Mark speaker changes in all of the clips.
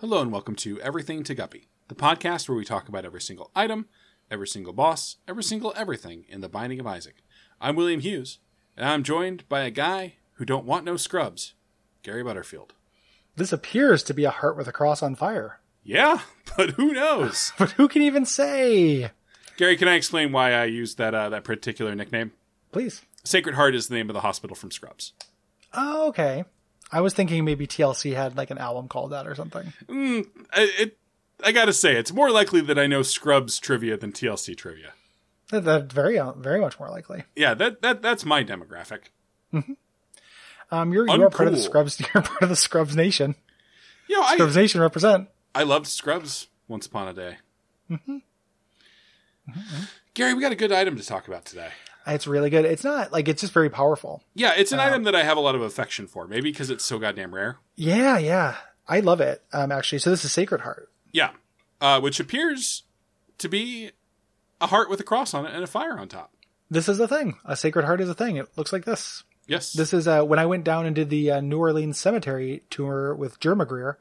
Speaker 1: Hello and welcome to Everything to Guppy, the podcast where we talk about every single item, every single boss, every single everything in the Binding of Isaac. I'm William Hughes, and I'm joined by a guy who don't want no scrubs, Gary Butterfield.
Speaker 2: This appears to be a heart with a cross on fire.
Speaker 1: Yeah, but who knows?
Speaker 2: But who can even say?
Speaker 1: Gary, can I explain why I used that uh, that particular nickname?
Speaker 2: Please.
Speaker 1: Sacred Heart is the name of the hospital from Scrubs.
Speaker 2: Oh, okay. I was thinking maybe TLC had like an album called that or something.
Speaker 1: Mm, I, it, I gotta say, it's more likely that I know Scrubs trivia than TLC trivia.
Speaker 2: That, that very uh, very much more likely.
Speaker 1: Yeah, that, that that's my demographic.
Speaker 2: Um, you're you are part of the
Speaker 1: Uncool.
Speaker 2: Scrubs. You're part of the Scrubs Nation.
Speaker 1: You know, I,
Speaker 2: Scrubs Nation represent.
Speaker 1: I loved Scrubs once upon a day. Gary, we got a good item to talk about today.
Speaker 2: It's really good. It's not like it's just very powerful.
Speaker 1: Yeah, it's an item that I have a lot of affection for, maybe because it's so goddamn rare.
Speaker 2: Yeah, yeah. I love it. Um, actually, so this is Sacred Heart.
Speaker 1: Yeah, uh, which appears to be a heart with a cross on it and a fire on top.
Speaker 2: This is a thing. A Sacred Heart is a thing. It looks like this.
Speaker 1: Yes,
Speaker 2: This is uh, when I went down and did the uh, New Orleans Cemetery tour with Jerma Greer.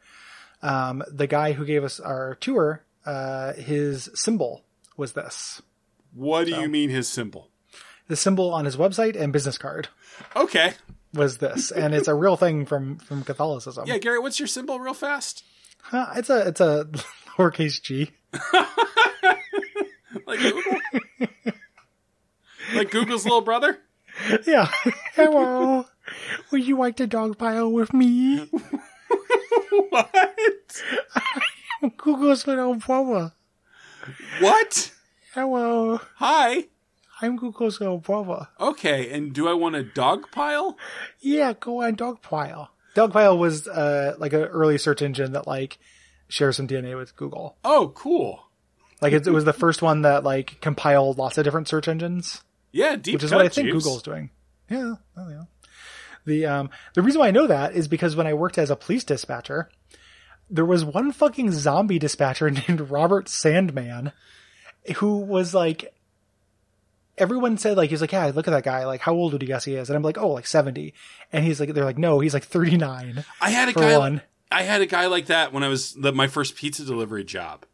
Speaker 2: Um, the guy who gave us our tour, uh, his symbol was this.
Speaker 1: what do you mean his symbol?
Speaker 2: The symbol on his website and business card
Speaker 1: Okay,
Speaker 2: was this, and it's a real thing from from Catholicism.
Speaker 1: yeah, Gary, what's your symbol, real fast?
Speaker 2: Huh, it's a it's a lowercase g.
Speaker 1: Like Google, like Google's little brother.
Speaker 2: Yeah. Hello. Would you like to dog pile with me?
Speaker 1: What?
Speaker 2: Google's little brother.
Speaker 1: What?
Speaker 2: Hello.
Speaker 1: Hi.
Speaker 2: I'm Google's little brother.
Speaker 1: Okay, and do I want a dog pile?
Speaker 2: Yeah, go on Dogpile. Dogpile was uh, like an early search engine that like shares some DNA with Google.
Speaker 1: Oh, cool.
Speaker 2: Like it, it was the first one that like compiled lots of different search engines,
Speaker 1: Yeah, deep
Speaker 2: which is
Speaker 1: cut,
Speaker 2: what I think
Speaker 1: Jeeves.
Speaker 2: Google's doing. Yeah, oh, yeah. The um the reason why I know that is because when I worked as a police dispatcher, there was one fucking zombie dispatcher named Robert Sandman, who was like. Everyone said like he's like yeah look at that guy like how old would you guess he is and I'm like oh like seventy and he's like they're like no he's like thirty nine
Speaker 1: I had a
Speaker 2: for
Speaker 1: guy.
Speaker 2: one.
Speaker 1: I had a guy like that when I was the, my first pizza delivery job.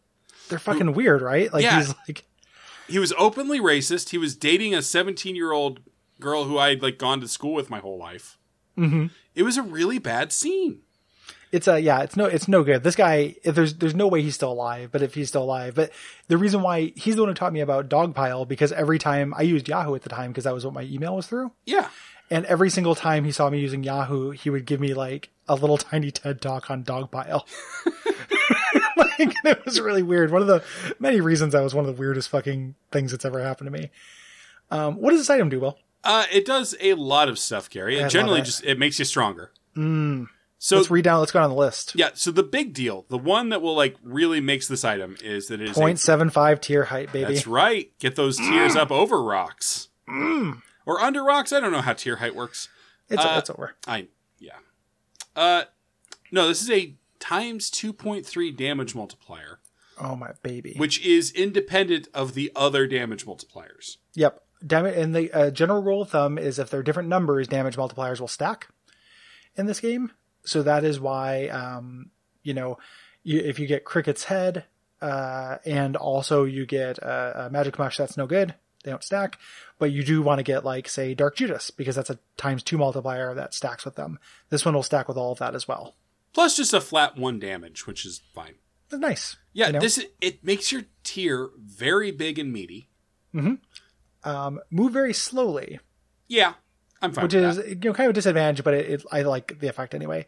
Speaker 2: They're fucking weird, right? Like
Speaker 1: Yeah.
Speaker 2: he's like,
Speaker 1: He was openly racist. He was dating a 17 year old girl who I had like gone to school with my whole life.
Speaker 2: Mhm.
Speaker 1: It was a really bad scene.
Speaker 2: it's a yeah, it's no, it's no good. This guy, if there's there's no way he's still alive. But if he's still alive, but the reason why he's the one who taught me about Dogpile because every time I used Yahoo at the time because that was what my email was through,
Speaker 1: Yeah.
Speaker 2: and every single time he saw me using Yahoo, he would give me like a little tiny TED talk on Dogpile. like it was really weird. One of the many reasons that was one of the weirdest fucking things that's ever happened to me. Um, what does this item do, Will?
Speaker 1: Uh, it does a lot of stuff, Gary.
Speaker 2: I
Speaker 1: It
Speaker 2: love
Speaker 1: generally
Speaker 2: it.
Speaker 1: just it makes you stronger.
Speaker 2: Mm,
Speaker 1: So
Speaker 2: let's read down. Let's go down the list.
Speaker 1: yeah, so the big deal, the one that will like really makes this item is that it is a-
Speaker 2: Point seven five tier height, baby. Mm.
Speaker 1: That's right. Get those tiers up over rocks or under rocks. I don't know how tier height works.
Speaker 2: It's,
Speaker 1: Uh,
Speaker 2: it's over.
Speaker 1: I yeah. Uh no, this is a times 2.3 damage multiplier,
Speaker 2: Oh my baby.
Speaker 1: which is independent of the other damage multipliers.
Speaker 2: yep. Damage and the uh, general rule of thumb is if they're different numbers, damage multipliers will stack in this game. So that is why, um, you know, you, if you get Cricket's head, uh, and also you get uh, a Magic Mush, that's no good. They don't stack, but you do want to get like say Dark Judas because that's a times two multiplier that stacks with them. This one will stack with all of that as well.
Speaker 1: Plus just a flat 1 damage, which is fine.
Speaker 2: That's nice.
Speaker 1: Yeah,
Speaker 2: I know.
Speaker 1: this it makes your tier very big and meaty.
Speaker 2: Um, move very slowly,
Speaker 1: Yeah. I'm fine
Speaker 2: which
Speaker 1: with
Speaker 2: is
Speaker 1: that.
Speaker 2: you know kind of a disadvantage, but it, it I like the effect anyway.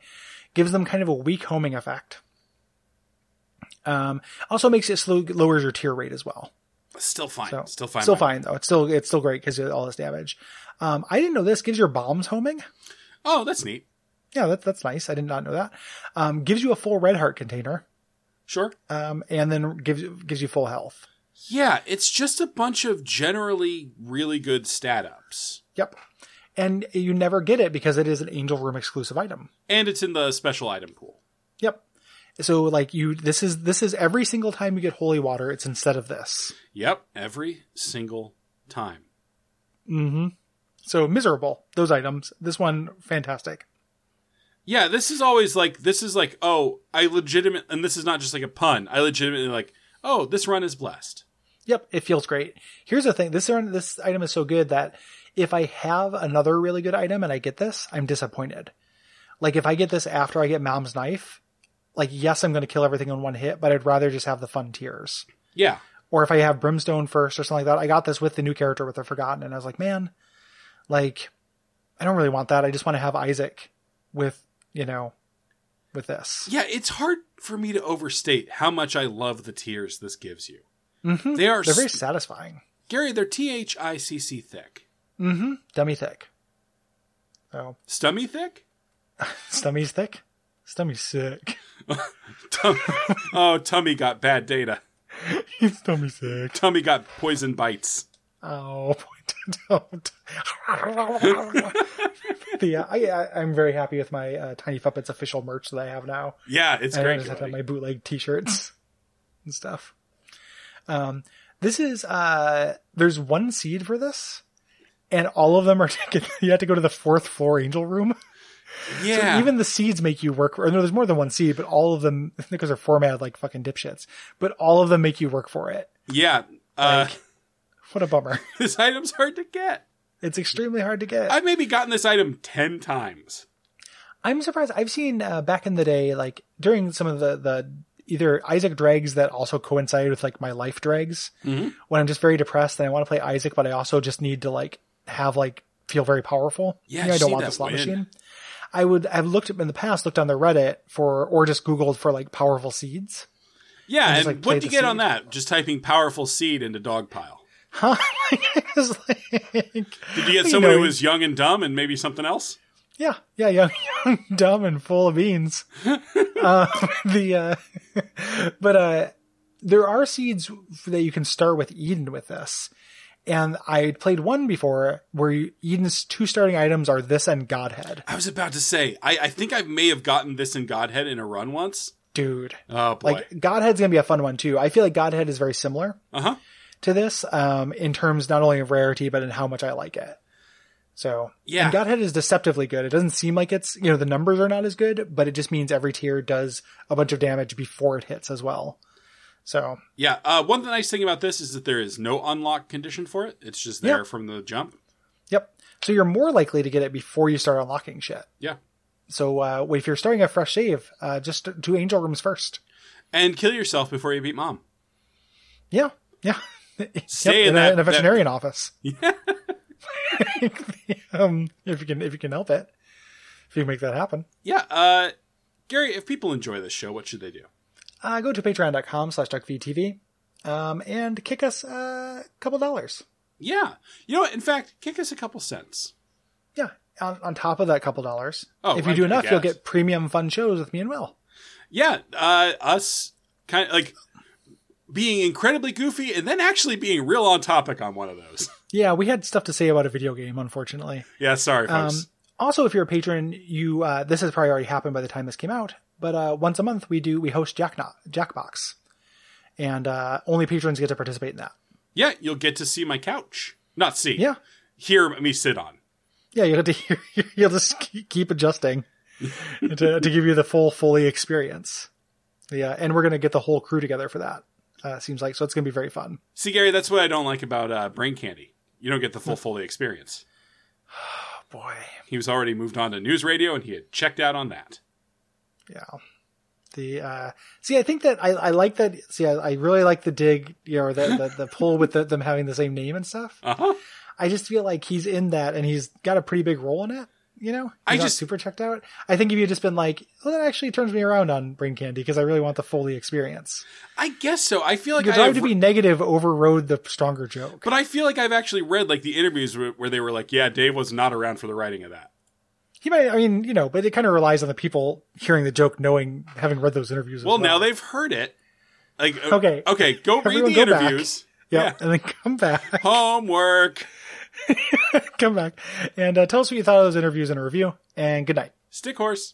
Speaker 2: Gives them kind of a weak homing effect. Um, also makes it slow, lowers your tier rate as well.
Speaker 1: still fine.
Speaker 2: So
Speaker 1: still fine.
Speaker 2: still
Speaker 1: Mike.
Speaker 2: fine though. It's still it's still great because all this damage. Um, I didn't know this gives your bombs homing.
Speaker 1: Oh, that's neat.
Speaker 2: Yeah, that's that's nice. I did not know that. Um, gives you a full red heart container.
Speaker 1: Sure.
Speaker 2: Um, and then gives gives you full health.
Speaker 1: Yeah, it's just a bunch of generally really good stat ups.
Speaker 2: Yep. And you never get it because it is an angel room exclusive item.
Speaker 1: And it's in the special item pool.
Speaker 2: Yep. So like you, this is this is every single time you get holy water, it's instead of this.
Speaker 1: Yep, every single time.
Speaker 2: So miserable those items. This one fantastic.
Speaker 1: Yeah, this is always like this is like oh I legitimate and this is not just like a pun. I legitimately like oh this run is blessed.
Speaker 2: Yep, it feels great. Here's the thing: this item, this item is so good that if I have another really good item and I get this, I'm disappointed. Like if I get this after I get Mom's knife, like yes, I'm going to kill everything in one hit, but I'd rather just have the fun tears.
Speaker 1: Yeah,
Speaker 2: Or if I have Brimstone first or something like that. I got this with the new character with the Forgotten, and I was like, man, like I don't really want that. I just want to have Isaac with you know with this.
Speaker 1: yeah. It's hard for me to overstate how much I love the tears this gives you.
Speaker 2: Mm-hmm.
Speaker 1: They are
Speaker 2: They're very
Speaker 1: s-
Speaker 2: satisfying.
Speaker 1: Gary. They're T H I C C thick.
Speaker 2: Mm-hmm. Dummy thick. Oh,
Speaker 1: Stummy thick.
Speaker 2: stummy's thick. Stummy's sick.
Speaker 1: Tum- oh, tummy got bad data.
Speaker 2: He's tummy sick.
Speaker 1: Tummy got poison bites.
Speaker 2: Oh, point don't. the, uh, I, I, I'm very happy with my uh, Tiny Puppets official merch that I have now.
Speaker 1: Yeah, it's
Speaker 2: I
Speaker 1: great. Mm.
Speaker 2: just have to have
Speaker 1: Cody.
Speaker 2: my bootleg T-shirts and stuff. Um, this is uh, there's one seed for this, and all of them are taken. You have to go to the fourth floor angel room.
Speaker 1: yeah,
Speaker 2: Even the seeds make you work. Or no, there's more than one seed, but all of them because they're formatted like fucking dipshits. But all of them make you work for it.
Speaker 1: yeah. Uh,
Speaker 2: What a bummer.
Speaker 1: this item's hard to get.
Speaker 2: It's extremely hard to get.
Speaker 1: I've maybe gotten this item ten times.
Speaker 2: I'm surprised. I've seen uh, back in the day, like during some of the the either Isaac dregs that also coincide with like my life dregs,
Speaker 1: Mhm.
Speaker 2: when I'm just very depressed and I want to play Isaac, but I also just need to like have like feel very powerful.
Speaker 1: Yeah,
Speaker 2: You know, I
Speaker 1: just
Speaker 2: don't
Speaker 1: need
Speaker 2: want
Speaker 1: that
Speaker 2: the slot
Speaker 1: win.
Speaker 2: machine. I would. I've looked up in the past, looked on the Reddit for, or just Googled for like powerful seeds.
Speaker 1: Yeah,
Speaker 2: just,
Speaker 1: and
Speaker 2: like, play
Speaker 1: what do you
Speaker 2: the
Speaker 1: get on
Speaker 2: seed.
Speaker 1: that? Just typing "powerful seed" into dog pile.
Speaker 2: Huh? I was like,
Speaker 1: Did you get
Speaker 2: You
Speaker 1: someone
Speaker 2: know,
Speaker 1: who was young and dumb and maybe something else?
Speaker 2: Yeah, yeah, young, young dumb, and full of beans. uh, the uh, but uh, there are seeds that you can start with Eden with this, and I played one before where you, Eden's two starting items are this and Godhead,
Speaker 1: I was about to say. I, I think I may have gotten this in Godhead in a run once.
Speaker 2: dude.
Speaker 1: Oh boy.
Speaker 2: Like Godhead's gonna be a fun one too. I feel like Godhead is very similar
Speaker 1: uh huh.
Speaker 2: to this um, in terms not only of rarity but in how much I like it. So
Speaker 1: Yeah.
Speaker 2: And Godhead is deceptively good. It doesn't seem like it's, you know, the numbers are not as good, but it just means every tier does a bunch of damage before it hits as well. So,
Speaker 1: Yeah. Uh, one nice thing about this is that there is no unlock condition for it. It's just there
Speaker 2: Yeah.
Speaker 1: from the jump.
Speaker 2: yep. So you're more likely to get it before you start unlocking shit.
Speaker 1: Yeah.
Speaker 2: So, uh, if you're starting a fresh save, uh, just do angel rooms first.
Speaker 1: And kill yourself before you beat mom.
Speaker 2: Yeah. Yeah.
Speaker 1: Stay
Speaker 2: Yep,
Speaker 1: in
Speaker 2: in, a,
Speaker 1: that-
Speaker 2: in a
Speaker 1: that-
Speaker 2: veterinarian office. um, if you can, if you can help it, if you can make that happen.
Speaker 1: Yeah. Uh, Gary, if people enjoy this show, what should they do?
Speaker 2: uh, go to patreon.com slash duckfeedtv um, and kick us uh, a couple dollars.
Speaker 1: Yeah. You know what? In fact, kick us a couple cents.
Speaker 2: Yeah. On, on top of that couple dollars.
Speaker 1: Oh,
Speaker 2: if you
Speaker 1: I-
Speaker 2: do
Speaker 1: I
Speaker 2: enough, you'll
Speaker 1: guess.
Speaker 2: get premium fun shows with me and Will.
Speaker 1: Yeah. Uh, us kind of like being incredibly goofy and then actually being real on topic on one of those.
Speaker 2: Yeah, we had stuff to say about a video game, unfortunately.
Speaker 1: yeah. Sorry, folks.
Speaker 2: Um, also, if you're a patron, you uh, this has probably already happened by the time this came out. But uh, once a month, we do we host Jackno- Jackbox, and uh, only patrons get to participate in that.
Speaker 1: yeah. You'll get to see my couch. Not see.
Speaker 2: Yeah,
Speaker 1: Hear me sit on.
Speaker 2: yeah, you'll get to you'll just keep- keep adjusting to, to give you the full fully experience. Yeah, and we're gonna get the whole crew together for that. Uh, seems like so it's gonna be very fun.
Speaker 1: See, Gary, that's what I don't like about uh, Brain Candy. You don't get the full Foley experience.
Speaker 2: Oh boy.
Speaker 1: He was already moved on to news radio, and he had checked out on that.
Speaker 2: yeah the uh see i think that i, I like that see I, I really like the dig you know the the, the pull with the, them having the same name and stuff
Speaker 1: Uh huh.
Speaker 2: i just feel like he's in that and he's got a pretty big role in it you know he's
Speaker 1: I
Speaker 2: not
Speaker 1: just-
Speaker 2: super checked out i think if you had just been like well that actually turns me around on brain candy because i really want the fully experience
Speaker 1: I guess so. I feel like
Speaker 2: your
Speaker 1: I
Speaker 2: drive
Speaker 1: have
Speaker 2: to be negative overrode the stronger joke
Speaker 1: But I feel like I've actually read like the interviews where, where they were like, "Yeah, Dave was not around for the writing of that."
Speaker 2: he might i mean you know but it kind of relies on the people hearing the joke knowing having read those interviews as
Speaker 1: Well, now they've heard it. Like, uh,
Speaker 2: Okay.
Speaker 1: okay, go read
Speaker 2: Everyone
Speaker 1: the
Speaker 2: go back.
Speaker 1: interviews.
Speaker 2: yeah and then come back
Speaker 1: Homework.
Speaker 2: come back and uh, tell us what you thought of those interviews in a review and good night
Speaker 1: Stick horse.